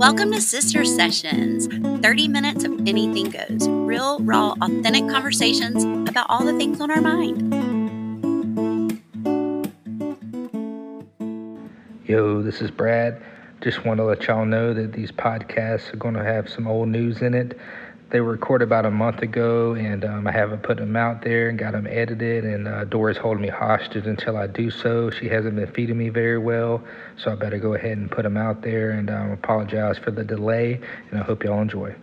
Welcome to Sister Sessions 30 minutes of anything goes, real, raw, authentic conversations about all the things on our mind. Yo, this is Brad. Just want to let y'all know that these podcasts are going to have some old news in it. They were recorded about a month ago, and um, I haven't put them out there and got them edited. And uh, Dora's holding me hostage until I do so. She hasn't been feeding me very well, so I better go ahead and put them out there. And um, apologize for the delay, and I hope y'all enjoy.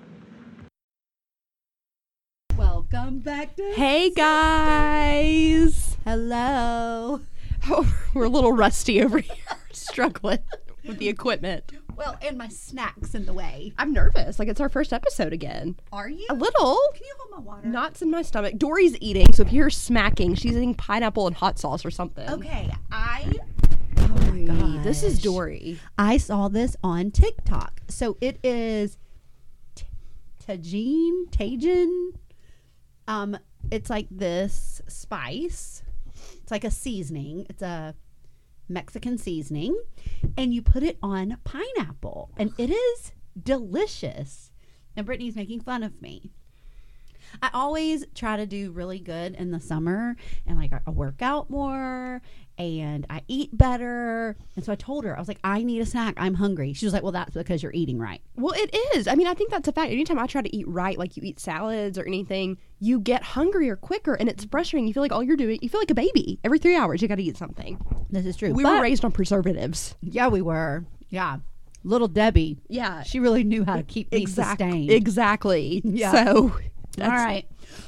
Welcome back to Hey guys. Hello. Oh, we're a little rusty over here, struggling with the equipment. Well, and my snacks in the way. I'm nervous. Like it's our first episode again. Are you? A little. Can you hold my water? Knots in my stomach. Dory's eating, so if you hear smacking, she's eating pineapple and hot sauce or something. Okay, I Oh Dory, This is Dory. I saw this on TikTok. So it is T- Tajin, Tajin. Um, it's like this spice. It's like a seasoning. It's a Mexican seasoning, and you put it on pineapple, and it is delicious. And Brittany's making fun of me. I always try to do really good in the summer and like I work out more and I eat better. And so I told her, I was like, I need a snack. I'm hungry. She was like, Well, that's because you're eating right. Well, it is. I mean, I think that's a fact. Anytime I try to eat right, like you eat salads or anything, you get hungrier quicker and it's frustrating. You feel like all you're doing, you feel like a baby. Every three hours, you got to eat something. This is true. We But- were raised on preservatives. Yeah, we were. Yeah. Little Debbie. Yeah. She really knew how to keep me Exactly. sustained. Exactly. Yeah. So, All right.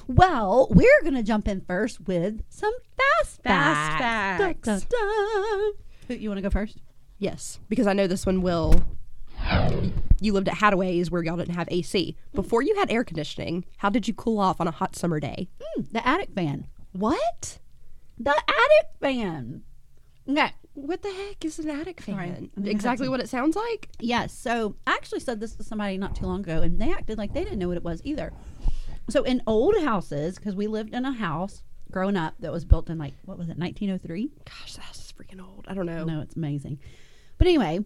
Well, we're going to jump in first with some fast Fast facts. Dun, facts. dun, dun. You want to go first? Yes, because I know this one will. You lived at Hataways where y'all didn't have AC. Before you had air conditioning, how did you cool off on a hot summer day? Mm, the attic fan. What? The attic fan. Okay. What the heck is an attic fan? I'm gonna Exactly what it sounds like. Yes. So I actually said this to somebody not too long ago, and they acted like they didn't know what it was either. So in old houses, because we lived in a house growing up that was built in like what was it, 1903? Gosh, that house is freaking old. I don't know. No, it's amazing. But anyway,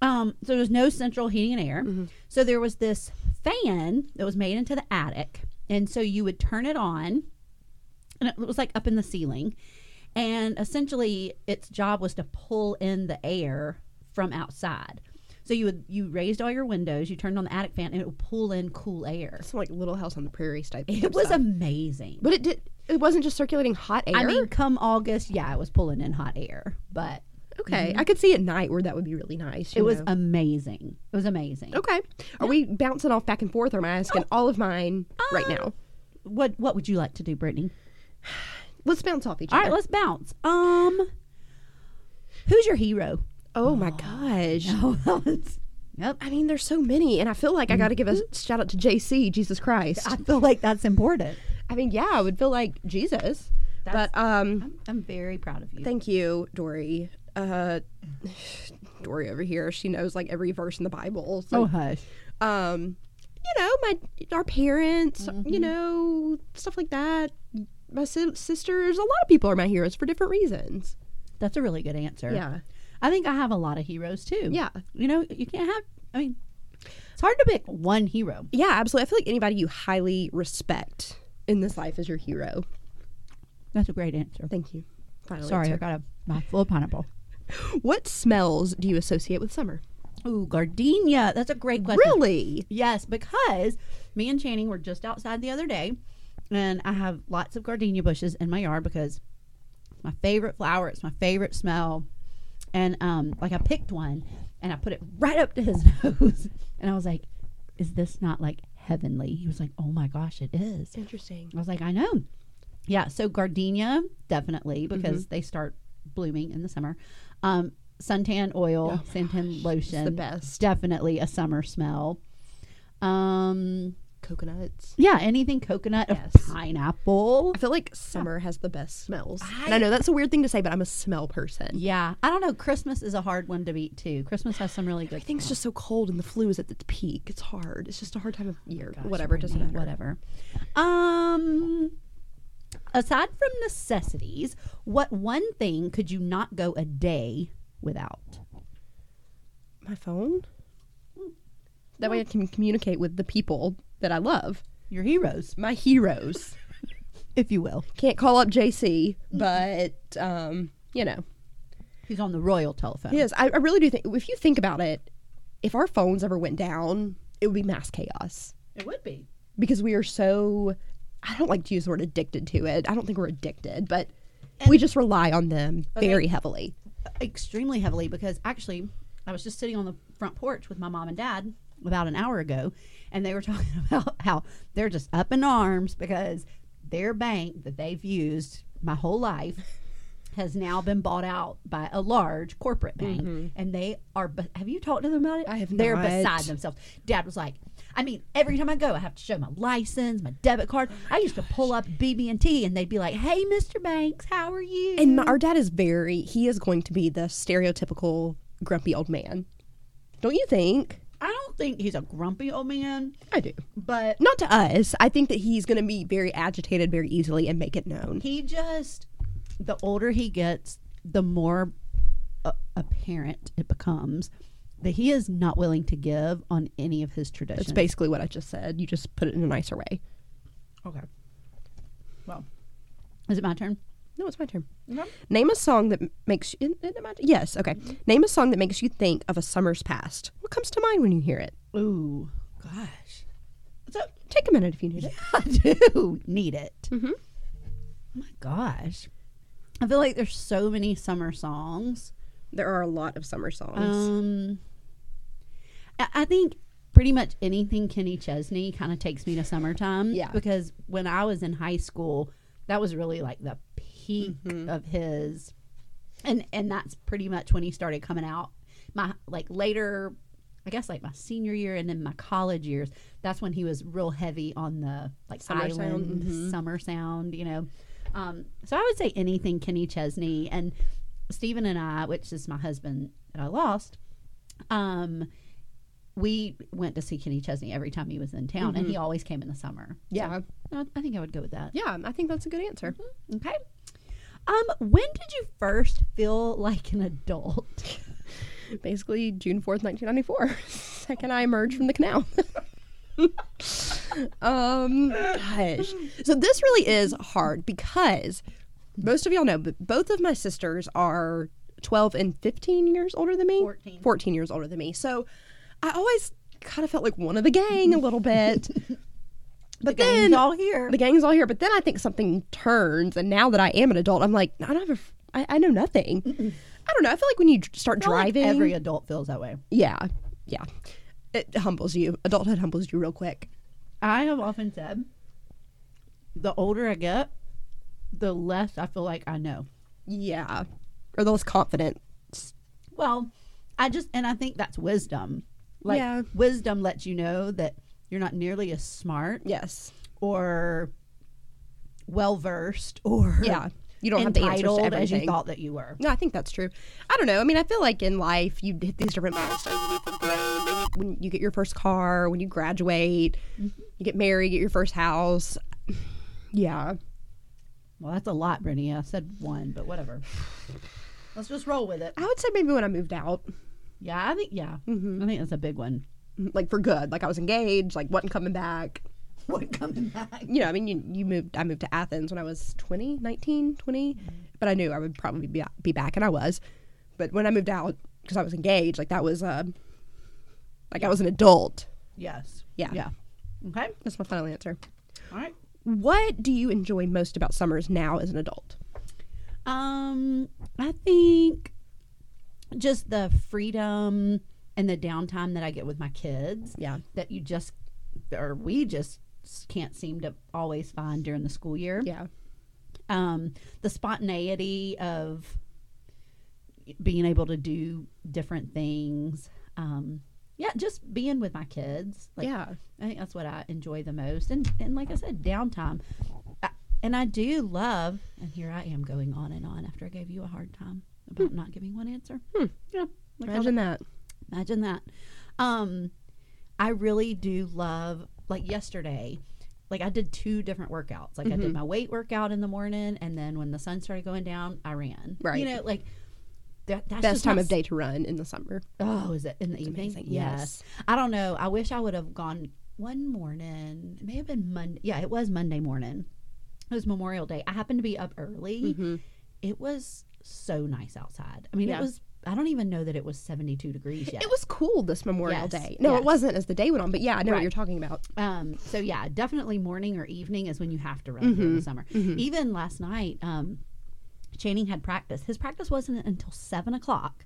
um, so there's no central heating and air. So there was this fan that was made into the attic, and so you would turn it on, and it was like up in the ceiling, and essentially its job was to pull in the air from outside. So you would you raised all your windows, you turned on the attic fan, and it would pull in cool air. It's like Little House on the Prairie type. It was amazing. but it did. It wasn't just circulating hot air. I mean, come August, yeah, it was pulling in hot air, but okay, I could see at night where that would be really nice. it was amazing. It was amazing. okay. Are we bouncing off back and forth? Or am I asking all of mine right now? what what would you like to do, Brittany? Let's bounce off each All other. right, let's bounce. Um, who's your hero? oh my gosh. Oh, yep. I mean, there's so many, and I feel like I got to give a shout out to JC, Jesus Christ. I feel like that's important. I mean, yeah, I would feel like Jesus, That's- but um, I'm very proud of you. thank you, Dory. Uh, Dory over here, she knows like every verse in the Bible. oh So, hush. um, you know, my our parents, you know, stuff like that. My si- sisters, a lot of people are my heroes for different reasons. That's a really good answer. Yeah, I think I have a lot of heroes too. Yeah. You know, you can't have. I mean, it's hard to pick one hero. yeah, absolutely. I feel like anybody you highly respect in this life is your hero. That's a great answer. Thank you. Final Sorry, answer. I got a my full pineapple. What smells do you associate with summer? Ooh, gardenia. That's a great question. Really? Yes, because me and Channing were just outside the other day, and I have lots of gardenia bushes in my yard because it's my favorite flower. It's my favorite smell, and um, like I picked one and I put it right up to his nose, and I was like, "Is this not like heavenly?" He was like, "Oh my gosh, it is." Interesting. I was like, "I know." Yeah, so gardenia definitely because they start blooming in the summer. Um, suntan oil, suntan lotion, best. Definitely a summer smell. Um, Coconuts. yeah, anything coconut, or Yes. pineapple. I feel like summer has the best smells. and I know that's a weird thing to say, but I'm a smell person. Yeah, I don't know. Christmas is a hard one to beat too. Christmas has some really good. Everything's just so cold and the flu is at its peak. It's hard. It's just a hard time of year. Gosh, whatever, it doesn't Renee, matter. Whatever. Um, aside from necessities, what one thing could you not go a day without? My phone? That way I can communicate with the people that I love, Your heroes, my heroes. if you will. Can't call up JC, but um, you know, He's on the royal telephone. Yes, I, I really do think if you think about it, if our phones ever went down, it would be mass chaos It would be. because we are so. I don't like to use the word addicted to it. I don't think we're addicted, but we just rely on them very heavily. extremely heavily because actually I was just sitting on the front porch with my mom and dad about an hour ago and they were talking about how they're just up in arms because their bank that they've used my whole life has now been bought out by a large corporate bank and they are be- have you talked to them about it Mm-hmm. I have they're not. beside themselves dad was like i mean every time i go i have to show my license my debit card i used to pull up bb&t and they'd be like hey mr banks how are you And my, our dad is very. He is going to be the stereotypical grumpy old man. Don't you think? I don't think he's a grumpy old man, I do. but Not to us. I think that he's going to be very agitated very easily and make it known. he just the older he gets, the more a- apparent it becomes that he is not willing to give on any of his traditions. That's basically what I just said. You just put it in a nicer way. okay. Well, is it my turn? No, it's my turn. Okay. Name a song that m- makes you. isn't it my turn? Yes, okay. Name a song that makes you think of a summer's past. What comes to mind when you hear it? Ooh, gosh, So take a minute if you need it. I do need it. Mm-hmm. Oh my gosh, I feel like there's so many summer songs. There are a lot of summer songs. Um, I- I think pretty much anything Kenny Chesney kind of takes me to summertime. Yeah. Because when I was in high school, that was really like the peak Mm-hmm. of his, and and that's pretty much when he started coming out. My like later, I guess like my senior year and then my college years. That's when he was real heavy on the like Summer sound, mm-hmm. island summer sound. You know. Um, so I would say anything Kenny Chesney and Stephen and I, which is my husband that I lost, um, we went to see Kenny Chesney every time he was in town, and he always came in the summer. yeah. Mm-hmm. So, I- I think I would go with that. Yeah, I think that's a good answer. Okay. Um, when did you first feel like an adult? Basically, June 4th, 1994. Second I emerged from the canal. um, gosh. So this really is hard because most of y'all know, but both of my sisters are 12 and 15 years older than me. 14. 14 years older than me. So I always kind of felt like one of the gang a little bit. But then all here. the gang's all here. But then I think something turns, and now that I am an adult, I'm like, I don't have a, f- I, I know nothing. I don't know. I feel like when you dr- start driving, every adult feels that way. yeah, yeah, it humbles you. Adulthood humbles you real quick. I have often said, the older I get, the less I feel like I know. Yeah, or the less confident. Well, I just and I think that's wisdom. Like Yeah. wisdom lets you know that you're not nearly as smart Yes. or well versed or Yeah. You don't have the answers to entitled everything. as you thought that you were. No, I think that's true. I don't know. I mean, I feel like in life you hit these different milestones. When you get your first car, when you graduate, you get married, get your first house. Yeah. Well, that's a lot, Brittany. I said one, but whatever. Let's just roll with it. I would say maybe when I moved out, Yeah, I think yeah. I think that's a big one. like for good, like I was engaged, like wasn't coming back. What coming back? You know, I mean, you, you moved, I moved to Athens when I was 20, 19, 20, but I knew I would probably be, be back and I was. But when I moved out, because I was engaged, like that was, uh, like I was an adult. Yes. Yeah. Yeah. Okay. That's my final answer. All right. What do you enjoy most about summers now as an adult? Um, I think just the freedom and the downtime that I get with my kids. Yeah. That you just, or we just can't seem to always find during the school year. Yeah. Um, the spontaneity of being able to do different things. Um, yeah, just being with my kids. Like, Yeah. I think that's what I enjoy the most. And and like I said, downtime. I, and I do love. And here I am going on and on after I gave you a hard time about not giving one answer. Yeah, like I Hmm. Imagine that. Imagine that. Um, I really do love like yesterday. Like I did two different workouts. Like I Mm-hmm. did my weight workout in the morning, and then when the sun started going down, I ran. Right. You know, like That, that's Best just not time of s- day to run in the summer. Oh, is it in the evening? amazing. Yes. I don't know. I wish I would have gone one morning. It may have been Monday. Yeah, it was Monday morning. It was Memorial Day. I happened to be up early. It was so nice outside. I mean, Mm-hmm. Yeah. it was. I don't even know that it was seventy-two degrees yet. It was cool this Memorial Yes, Day. No, yes. it wasn't as the day went on, but yeah, I know Right. what you're talking about. Um, so yeah, definitely morning or evening is when you have to run during the summer. Even last night, um, Channing had practice. His practice wasn't until seven o'clock,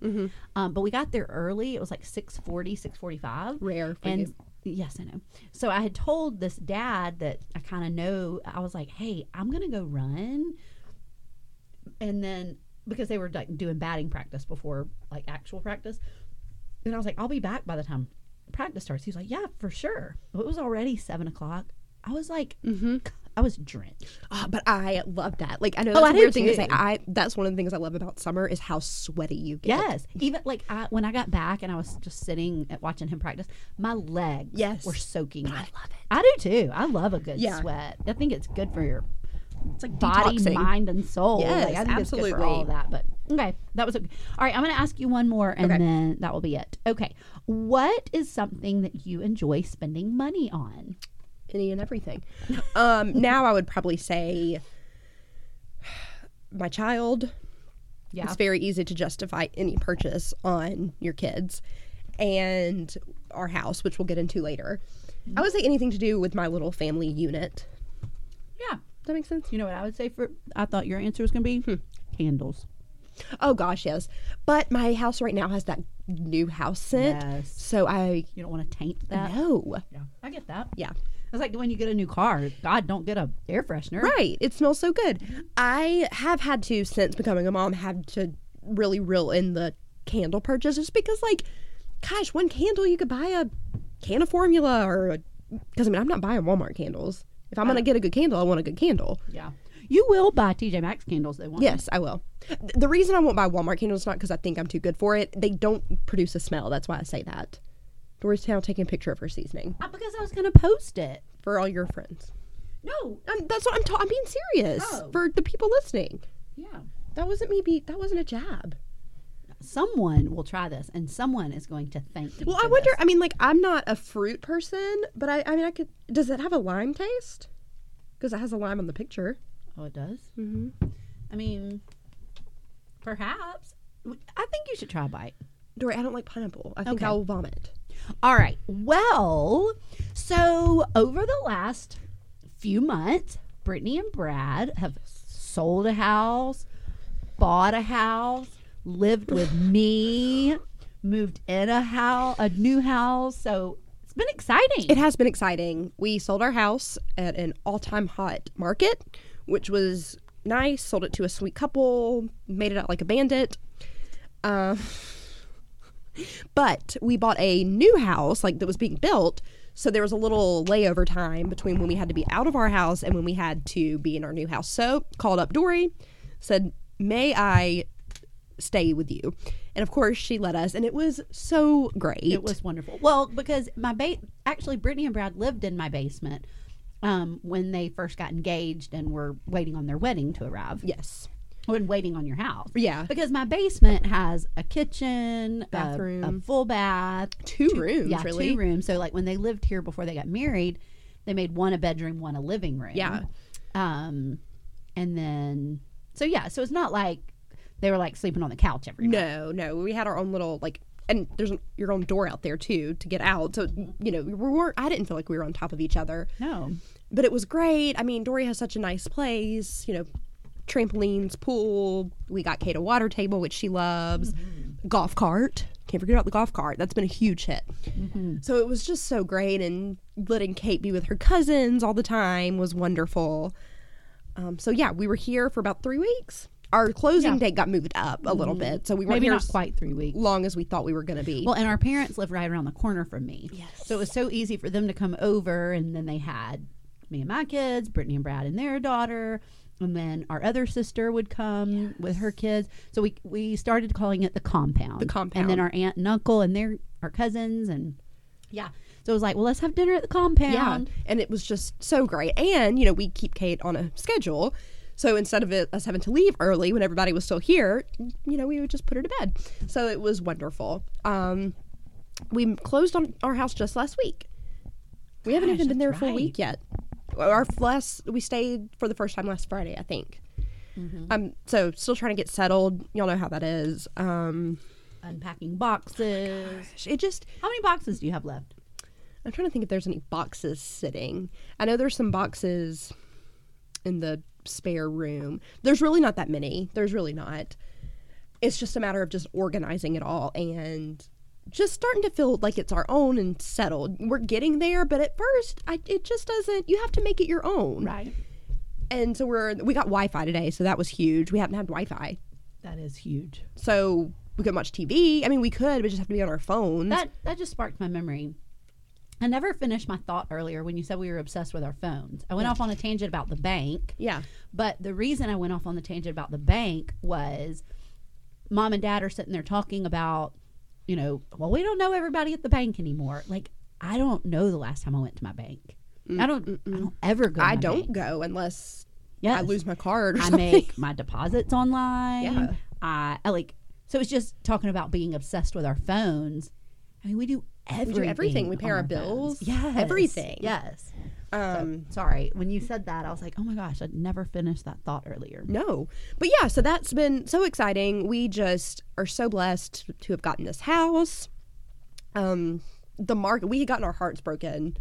um, but we got there early. It was like 640, 645. Rare for and you. yes, I know. So I had told this dad that I kind of know. I was like, hey, I'm gonna go run, and then because they were like doing batting practice before like actual practice, and I was like, I'll be back by the time practice starts. He was like, Yeah, for sure. Well, it was already seven o'clock. I was like, Mm-hmm. I was drenched. Ah, but I love that. Like I know Oh, that's I a do weird thing too. to say. I that's one of the things I love about summer is how sweaty you get. Yes, even like I, when I got back and I was just sitting at watching him practice, my legs Yes. were soaking. wet. love it. I do too. I love a good Yeah. sweat. I think it's good for your It's like body, detoxing. mind, and soul. Yes, like, I think it's good for absolutely. all of that. But okay, that was a, all right. I'm going to ask you one more, and Okay. then that will be it. Okay, what is something that you enjoy spending money on? any and everything. Um, now I would probably say my child. Yeah. It's very easy to justify any purchase on your kids and our house, which we'll get into later. I would say anything to do with my little family unit. Yeah, Does that make sense? you know what I would say for. I thought your answer was going to be Hmm. candles. Oh gosh, yes. But my house right now has that new house scent. Yes. So I You don't want to taint that. know. Yeah, I get that. Yeah. It's like when you get a new car. God, don't get a air freshener. Right. It smells so good. I have had to, since becoming a mom, have to really reel in the candle purchase just because, like, gosh, one candle, you could buy a can of formula or, because I mean, I'm not buying Walmart candles. If I'm going to get a good candle, I want a good candle. Yeah. You will buy TJ Maxx candles. They want. Yes, I will. Th- The reason I won't buy Walmart candles is not because I think I'm too good for it. They don't produce a smell. That's why I say that. Dory's now taking a picture of her seasoning Uh, Because I was going to post it. for all your friends. No. I'm, that's what I'm. Ta- I'm being serious Oh. for the people listening. Yeah. That wasn't me. Be- that wasn't a jab. Someone will try this, and someone is going to thank you. Well, for I wonder. this. I mean, like, I'm not a fruit person, but I, I mean, I could. Does it have a lime taste? Because it has a lime on the picture. Oh, it does. Mm-hmm. I mean, perhaps. I think you should try a bite. Dory, I don't like pineapple. I think Okay. I'll vomit. All right. Well, so over the last few months, Brittany and Brad have sold a house, bought a house, lived with me, moved in a house, a new house. So it's been exciting. It has been exciting. We sold our house at an all-time hot market, which was nice. Sold it to a sweet couple. Made it out like a bandit. Um, but we bought a new house, like that was being built. So there was a little layover time between when we had to be out of our house and when we had to be in our new house. So called up Dory, said, "May I stay with you?" And of course, she let us, and it was so great. It was wonderful. Well, because my ba- actually Brittany and Brad lived in my basement um, when they first got engaged and were waiting on their wedding to arrive. yes, when waiting on your house. Yeah. Because my basement has a kitchen, a- a, Bathroom. full bath, two, rooms, yeah, really. two rooms. So like when they lived here before they got married, they made one a bedroom, one a living room. Yeah. Um, and then so yeah, so it's not like they were like sleeping on the couch every night. No, no, we had our own little like, and there's an, your own door out there too to get out. So you know, we weren't. I didn't feel like we were on top of each other, No. but it was great. I mean, Dory has such a nice place. You know, trampolines, pool. We got Kate a water table, which she loves. Golf cart. Can't forget about the golf cart. That's been a huge hit. Mm-hmm. So it was just so great, and letting Kate be with her cousins all the time was wonderful. Um, so yeah, we were here for about three weeks. Our closing Yeah. Mm-hmm. date got moved up a little bit, so we weren't Maybe here not s- quite three weeks. long as we thought we were going to be. Well, and our parents live right around the corner from me. Yes. So it was so easy for them to come over. And then they had me and my kids, Brittany and Brad and their daughter. And then our other sister would come with her kids. So we, we started calling it the compound. The And then compound. our aunt and uncle and their our cousins. And yeah. So it was like, well, let's have dinner at the compound. yeah, and it was just so great. And you know, we keep Kate on a schedule, So instead of it, us having to leave early when everybody was still here, you know, we would just put her to bed. So it was wonderful. Um, we closed on our house just last week. We haven't Gosh, even been there that's for a right. week yet. Our last, we stayed for the first time last Friday, I think. Mm-hmm. Um, so still trying to get settled. Y'all know how that is. Um, Unpacking boxes. it just, How many boxes do you have left? I'm trying to think if there's any boxes sitting. I know there's some boxes in the spare room. There's really not that many. There's really not. It's just a matter of just organizing it all and just starting to feel like it's our own and settled. We're getting there, but at first, I, it just doesn't. You have to make it your own. Right. And so we're we got Wi-Fi today, so that was huge. We haven't had Wi-Fi, That is huge. so we couldn't watch TV. I mean, we could, but just have to be on our phones. That that just sparked my memory. I never finished my thought earlier when you said we were obsessed with our phones. I went off on a tangent about the bank. yeah. But the reason I went off on the tangent about the bank was mom and dad are sitting there talking about, you know, well, we don't know everybody at the bank anymore. Like, I don't know the last time I went to my bank. I don't I don't ever go. to Mm, I my don't bank. go unless Yes. I lose my card or I something. make my deposits online. Yeah. I, I like so it's just talking about being obsessed with our phones. I mean, we do do everything. everything. We pay on our phones. bills, Yes. everything. Yes. um, Sorry, when you said that, I was like, oh my gosh, I'd never finished that thought earlier. no. But yeah, so that's been so exciting. We just are so blessed to have gotten this house. Um, the market, we had gotten our hearts broken.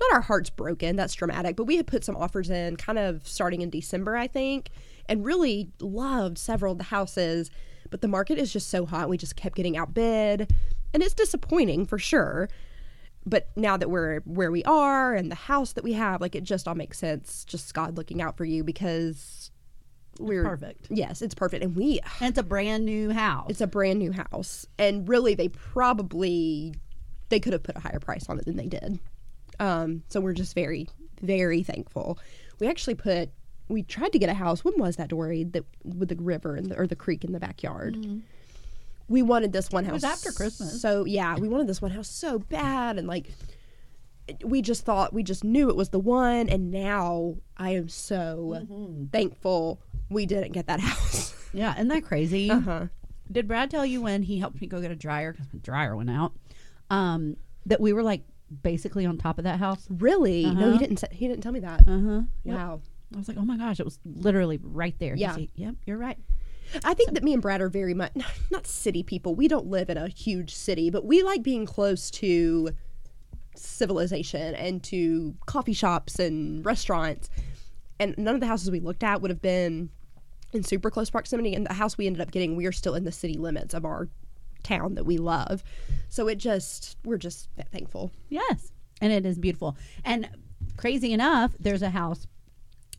Not our hearts broken, that's dramatic, but we had put some offers in kind of starting in December, I think, and really loved several of the houses. But the market is just so hot. We just kept getting outbid, and it's disappointing for sure. but now that we're where we are and the house that we have, like it just all makes sense. Just God looking out for you because we're perfect. Yes, it's perfect, and we And it's a brand new house. it's a brand new house, and really they probably they could have put a higher price on it than they did. Um, so we're just very very thankful. We actually put we tried to get a house. When was that, Dory? That with the river and the, or the creek in the backyard. We wanted this one house. Mm-hmm. was after Christmas. So yeah, we wanted this one house so bad, and like we just thought we just knew it was the one and now i am so Mm-hmm. thankful we didn't get that house yeah, isn't that crazy? huh Did Brad tell you when he helped me go get a dryer because my dryer went out? Um, that we were like basically on top of that house. really no he Uh-huh. didn't say, he didn't tell me that Uh huh. wow I was like, oh my gosh, it was literally right there. He's Yeah. like, yep, you're right. i think that me and brad are very much not city people we don't live in a huge city but we like being close to civilization and to coffee shops and restaurants and none of the houses we looked at would have been in super close proximity and the house we ended up getting we are still in the city limits of our town that we love so it just we're just thankful Yes. And it is beautiful. And crazy enough, there's a house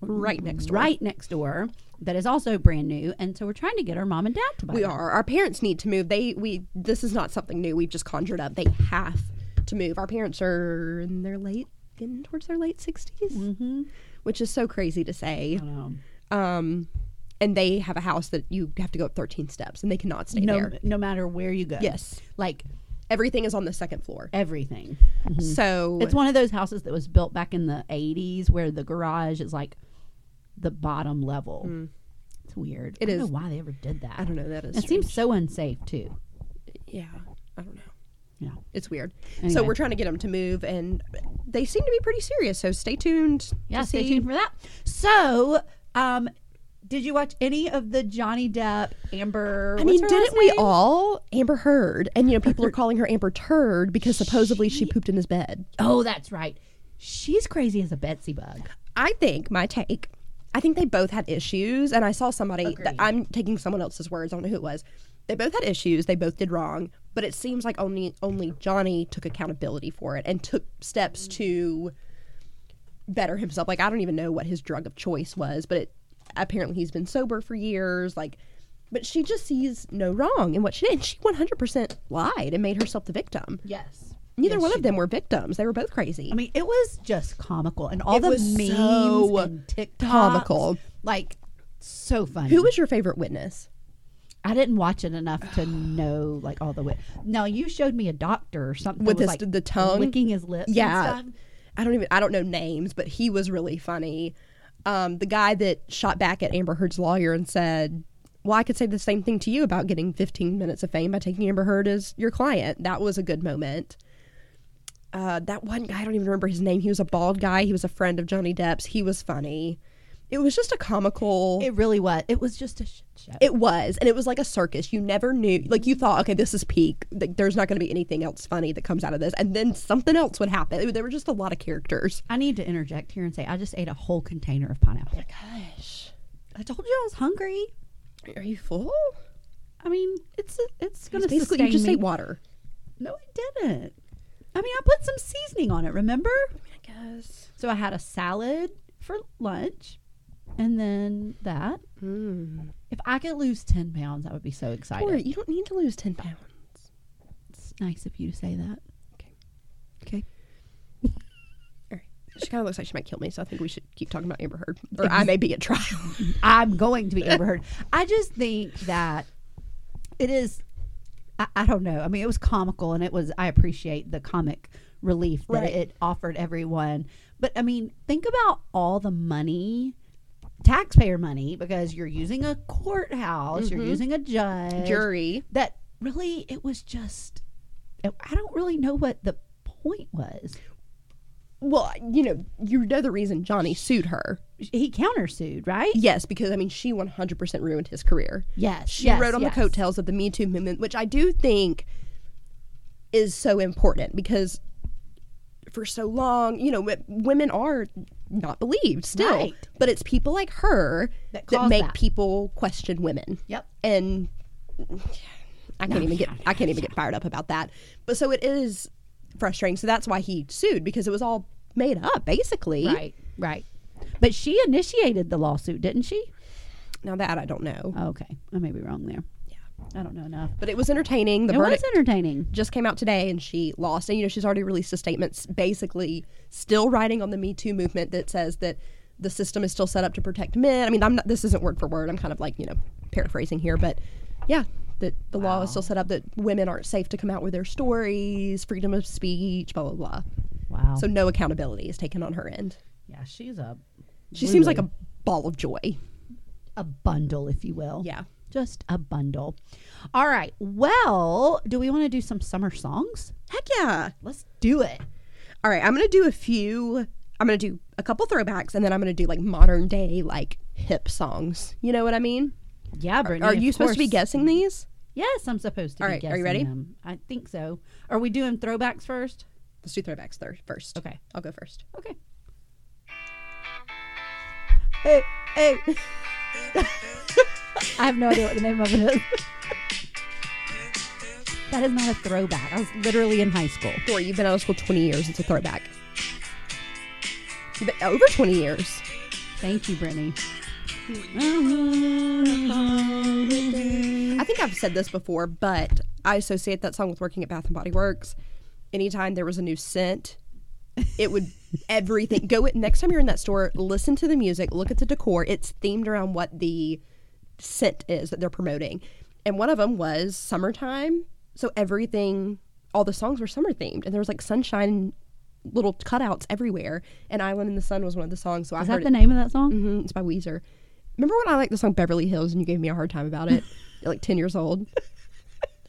right next door right next door that is also brand new. And so we're trying to get our mom and dad to buy we that. are our parents need to move they we this is not something new we've just conjured up they have to move our parents are in their late getting towards their late 60s which is so crazy to say Mm-hmm. I know. um and they have a house that you have to go up 13 steps and they cannot stay No, there no matter where you go. Yes. Like everything is on the second floor everything. so Mm-hmm. It's one of those houses that was built back in the 80s where the garage is like the bottom level. It's weird. It Mm. I don't is. know why they ever did that. i don't know that is It seems so unsafe too. yeah i don't know Yeah. it's weird so Anyway. we're trying to get them to move and they seem to be pretty serious so stay tuned Yeah, to stay see- tuned for that. So, um, did you watch any of the Johnny Depp Amber? I mean, didn't we all? Amber Heard, and you know, people are calling her Amber Turd because supposedly she pooped in his bed. Oh, that's right. She's crazy as a Betsy bug. I think my take. I think they both had issues, and I saw somebody. That, I'm taking someone else's words. I don't know who it was. They both had issues. They both did wrong, but it seems like only only Johnny took accountability for it and took Mm. steps to better himself. Like I don't even know what his drug of choice was, but it, apparently he's been sober for years. Like, but she just sees no wrong in what she did. And she 100% lied and made herself the victim. Yes. Neither one of them were victims. They were both crazy. I mean, it was just comical, and all It the was memes so and TikToks, comical. like so funny. who was your favorite witness? I didn't watch it enough to know like all the way. Now you showed me a doctor or something With that his- was, like, the tongue? licking his lips. and Yeah. stuff. I don't even I don't know names, but he was really funny. um, the guy that shot back at Amber Heard's lawyer and said, "Well, I could say the same thing to you about getting 15 minutes of fame by taking Amber Heard as your client." That was a good moment. Uh, that one guy, I don't even remember his name. He was a bald guy. He was a friend of Johnny Depp's. He was funny. It was just a comical. It really was. It was just a shit show. It was, and it was like a circus. You never knew. Like you thought, okay, this is peak. Like, there's not going to be anything else funny that comes out of this, and then something else would happen. It- there were just a lot of characters. I need to interject here and say I just ate a whole container of pineapple. Gosh, I told you I was hungry. are you full? I mean, it's it's gonna Basically, sustain you just me. ate water. No, I didn't. I mean, I put some seasoning on it. Remember? I guess. So I had a salad for lunch, and then that. Hmm. If I could lose ten pounds, I would be so excited. Or you don't need to lose ten pounds. It's nice of you to say that. She kind of looks like she might kill me, so I think we should keep talking about Amber Heard, or I may be at trial. I'm going to be Amber Heard. I just think that it is. I, I don't know. I mean, it was comical, and it was. I appreciate the comic relief that Right. it offered everyone. But I mean, think about all the money, taxpayer money, because you're using a courthouse, you're using a judge, Mm-hmm. Jury. That really, it was just. I don't really know what the point was. Well, you know, you know the reason Johnny sued her. He countersued, right? Yes, because I mean, she 100% ruined his career. Yes. She yes, wrote on yes. the coattails of the Me Too movement, which I do think is so important because for so long, you know, w- women are not believed still. Right. But it's people like her That that, cause make that. people question women. Yep. And I can't even get I can't even get fired up about that. But so it is frustrating. So that's why he sued because it was all made up basically. Right, right. But she initiated the lawsuit, didn't she? Oh, Now that I don't know. Okay, I may be wrong there. Yeah, I don't know enough. But it was entertaining. The It verdict was entertaining. just came out today and she lost. And, you know, she's already released a statement s- basically still writing on the Me Too movement that says that the system is still set up to protect men. I mean, I'm not, this isn't word for word. I'm kind of like, you know, paraphrasing here, but yeah, that the law is still set up that women aren't safe to come out with their stories, freedom of speech, blah, blah, blah. Wow. So no accountability is taken on her end. yeah, she's a She seems like a ball of joy. a bundle, if you will. Yeah. just a bundle. All right. Well, do we want to do some summer songs? Heck yeah. Let's do it. All right, I'm gonna do a few. I'm gonna do a couple throwbacks, and then I'm gonna do like modern day, like hip songs. You know what I mean? Yeah, Brittany. Are of you supposed to be course. guessing these? Yes, I'm supposed to. All be right, guessing are you ready? them. I think so. Are we doing throwbacks first? Let's do throwbacks thir- first. Okay. I'll go first. Okay. Hey, hey. I have no idea what the name of it is. that is not a throwback. I was literally in high school. Dory, you've been out of school 20 years. It's a throwback. You've been over 20 years. Thank you, Brittany. I think I've said this before, but I associate that song with working at Bath and Body Works. Anytime there was a new scent, it would everything go. It next time you're in that store, listen to the music, look at the decor. It's themed around what the scent is that they're promoting, and one of them was summertime. So everything, all the songs were summer themed, and there was like sunshine little cutouts everywhere. And Island in the Sun was one of the songs. So I Is heard that it- the name of that song? hmm it's by Weezer. Remember when I liked the song Beverly Hills and you gave me a hard time about it? at like 10 years old.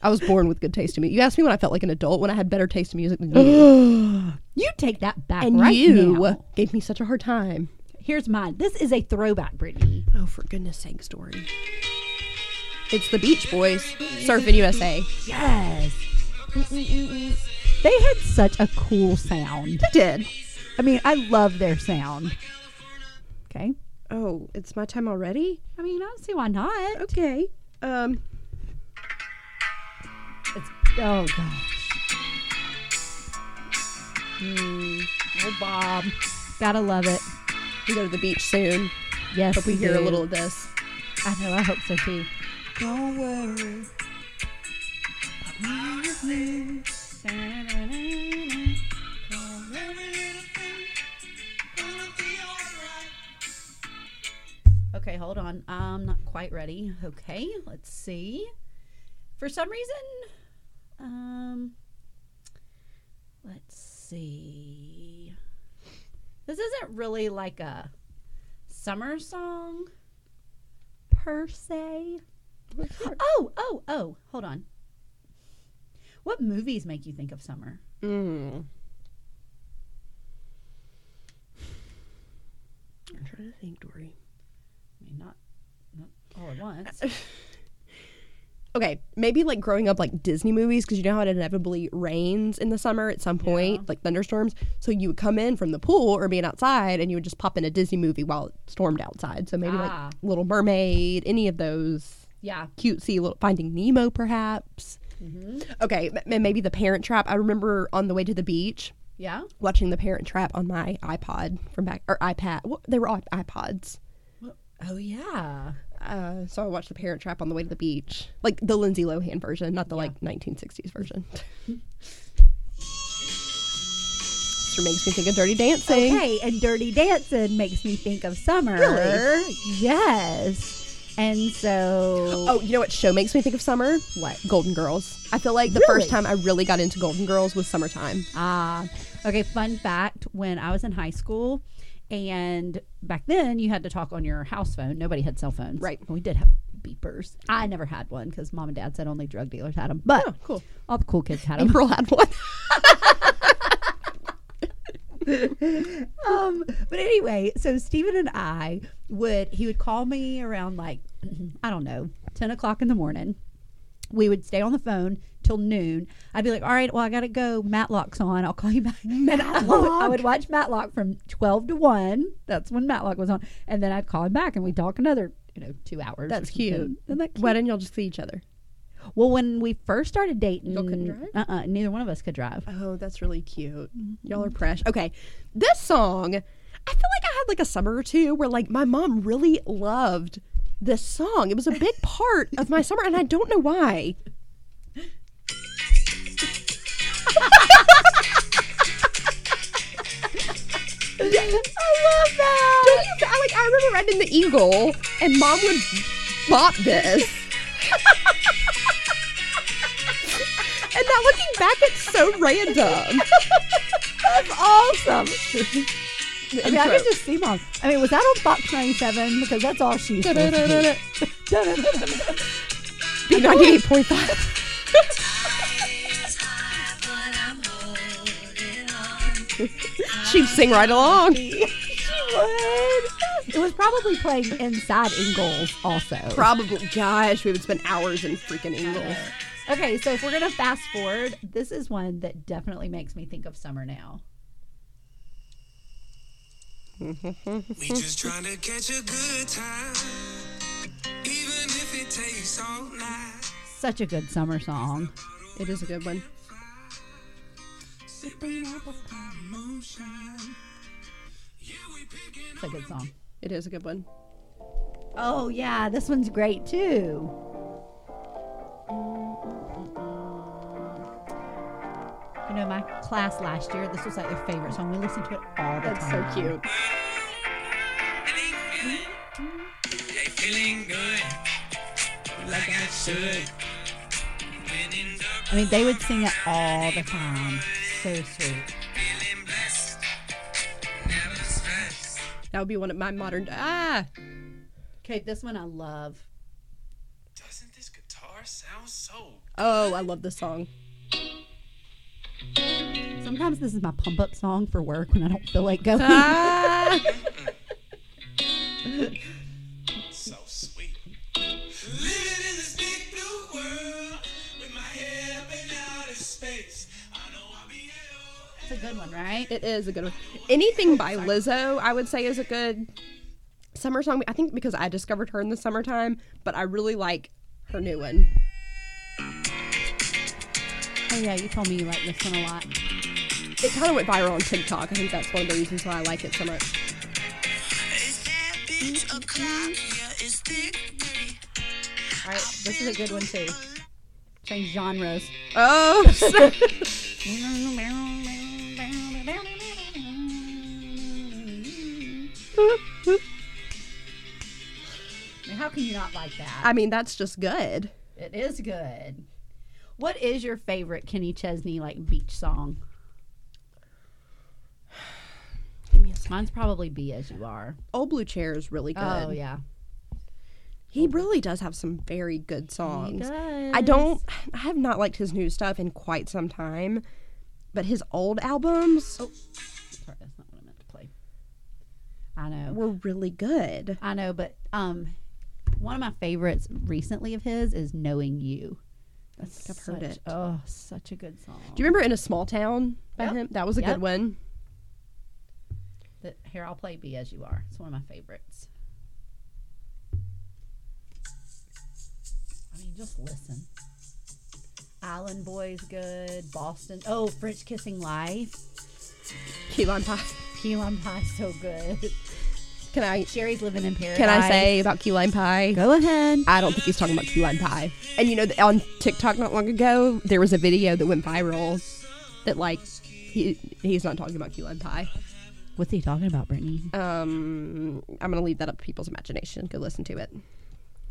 I was born with good taste in music. You asked me when I felt like an adult, when I had better taste in music than you. You take that back and right you now. gave me such a hard time. Here's mine. This is a throwback, Brittany. Oh, for goodness sake, story. It's the Beach Boys, Surfing USA. Yes. They had such a cool sound. I did. I mean, I love their sound. Okay. Oh, it's my time already? I mean, I don't see why not. Okay. Um, It's, oh gosh. Mm. Oh Bob, gotta love it. we go to the beach soon. Yes, Hope we hear a do. little of this. I know. I hope so too. Don't worry. Be with me. Cause every little thing gonna be alright. Okay, hold on. I'm not quite ready. Okay, let's see. For some reason, um, let's see. This isn't really like a summer song per se. Oh, oh, oh, hold on. What movies make you think of summer? Mm. I'm trying to think, Dory. I mean, not, not all at once. Okay, maybe like growing up, like Disney movies, because you know how it inevitably rains in the summer at some point, like thunderstorms. So you would come in from the pool or being outside, and you would just pop in a Disney movie while it stormed outside. So maybe Ah. like Little Mermaid, any of those Yeah. cutesy little Finding Nemo, perhaps. Mm-hmm. Okay, m- and maybe The Parent Trap. I remember on the way to the beach, Yeah. watching The Parent Trap on my iPod from back or iPad. What, they were all iPods. Oh, yeah. Uh, so I watched The Parent Trap on the way to the beach, like the Lindsay Lohan version, not the like 1960s version. Sure makes me think of Dirty Dancing. Okay, and Dirty Dancing makes me think of summer. Really? Yes. And so, Oh, you know what show makes me think of summer? What? Golden Girls. I feel like the first time I really got into Golden Girls was summertime. ah, okay. Fun fact: When I was in high school, and back then you had to talk on your house phone. Nobody had cell phones, Right. We did have beepers. I never had one because mom and dad said only drug dealers had them. But Oh, cool. all the cool kids had them. April had one. um, but anyway, so Stephen and I would he would call me around like I don't know ten o'clock in the morning. We would stay on the phone till noon. I'd be like, "All right, well, I gotta go. Matlock's on. I'll call you back." And I would, I would watch Matlock from twelve to one. That's when Matlock was on, and then I'd call him back, and we'd talk another, you know, two hours. That's or something. cute. Isn't that cute? Why didn't y'all just see each other? Well, when we first started dating, Y'all couldn't drive? Uh-uh, neither one of us could drive. Oh, that's really cute. Y'all are fresh. Okay, this song, I feel like I had like a summer or two where like my mom really loved this song. It was a big part of my summer, and I don't know why. I love that. Don't you? I, like I remember riding the eagle, and mom would bop this. and now looking back, it's so random. That's awesome. I mean, I could just see mom. I mean, was that on Fox 97? Because that's all she used to listen to. B ninety eight point five. She'd sing right along. It was probably playing inside Ingalls also. Probably. Gosh, we would spend hours in freaking English. Okay, so if we're going to fast forward, this is one that definitely makes me think of summer now. We just trying to catch a good time, even if it takes all night. Such a good summer song. It is a good one. Sipping apple pie moonshine. Yeah, we picking It's a good song. It is a good one. Oh, yeah, this one's great too. You know, my class last year, this was like their favorite song. We listened to it all the That's time. so cute. They feeling good, like I should. When in the I mean, they would sing it all the time. So sweet. feeling blessed, never stressed. That would be one of my modern. Ah, Okay, this one I love. Doesn't this guitar sound so oh, I love this song. Sometimes this is my pump up song for work when I don't feel like going. Ah, so sweet? Living in this big blue world with my head up in outer space. I know I'll be It's a good one, right? it is a good one. Anything by Lizzo, I would say, is a good summer song. I think because I discovered her in the summertime, but I really like her new one. Oh, yeah, you told me you like this one a lot. It kind of went viral on TikTok. I think that's one of the reasons why I like it so much. It's that bitch o'clock, yeah, it's thick, dirty. All right, this is a good one too. Change genres. Oh, I mean, How can you not like that? I mean that's just good. It is good. What is your favorite Kenny Chesney like beach song? Give me a Mine's probably be as you are. Old Blue Chair is really good. Oh yeah. He really does have some very good songs. I I don't. I have not liked his new stuff in quite some time, but his old albums Oh. Sorry, that's not what I meant to play. I know. were really good. I know, but um one of my favorites recently of his is Knowing You. That's I've heard such- it. Oh, such a good song. Do you remember In a Small Town by Yep. him? That was a Yep. good one. That, here, I'll play Be As You Are. It's one of my favorites. I mean, just listen. Island Boy's good. Boston. Oh, French Kissing Life. Key Lime Pie. Key Lime Pie's so good. Can I? Sherry's Living in Paradise. Can I say about Key Lime Pie? Go ahead. I don't think he's talking about key lime pie. And you know, th- on TikTok not long ago, there was a video that went viral that like he he's not talking about key lime pie. What's he talking about, Brittany? Um, I'm gonna leave that up to people's imagination. Go listen to it.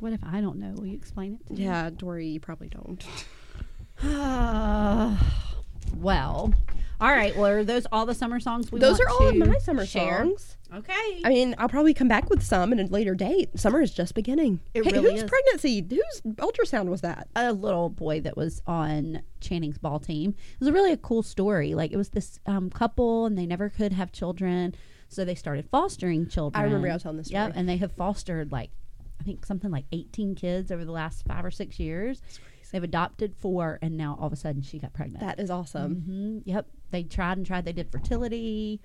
What if I don't know? Will you explain it to me? Yeah, Dory, you probably don't. well, all right. Well, are those all the summer songs we Those want are all of to my summer share? songs. Okay. I mean, I'll probably come back with some at a later date. Summer is just beginning. It hey, really whose is. pregnancy? Whose ultrasound was that? a little boy that was on Channing's ball team. It was a really a cool story. Like it was this um, couple, and they never could have children, so they started fostering children. I remember y'all telling this Yep, story. and they have fostered like I think something like eighteen kids over the last five or six years. They've adopted four, and now all of a sudden she got pregnant. That is awesome. hmm Yep, they tried and tried. They did fertility.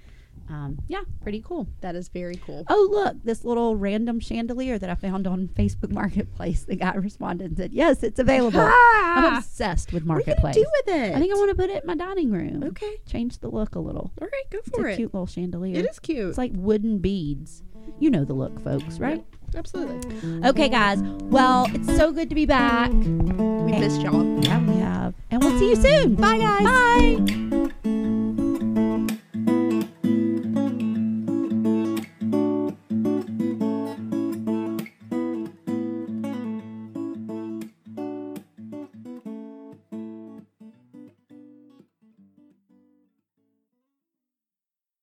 Um, yeah, pretty cool. That is very cool. Oh, look, this little random chandelier that I found on Facebook Marketplace. The guy responded and said, Yes, it's available. I'm obsessed with what are you gonna Marketplace. do with it? I think I want to put it in my dining room. Okay. Change the look a little. All right, go It's for a it. cute little chandelier. It is cute. It's like wooden beads. You know the look, folks, right? Absolutely. Okay, guys. Well, it's so good to be back. We missed y'all. Yeah, we have. And we'll see you soon. Bye, guys. Bye.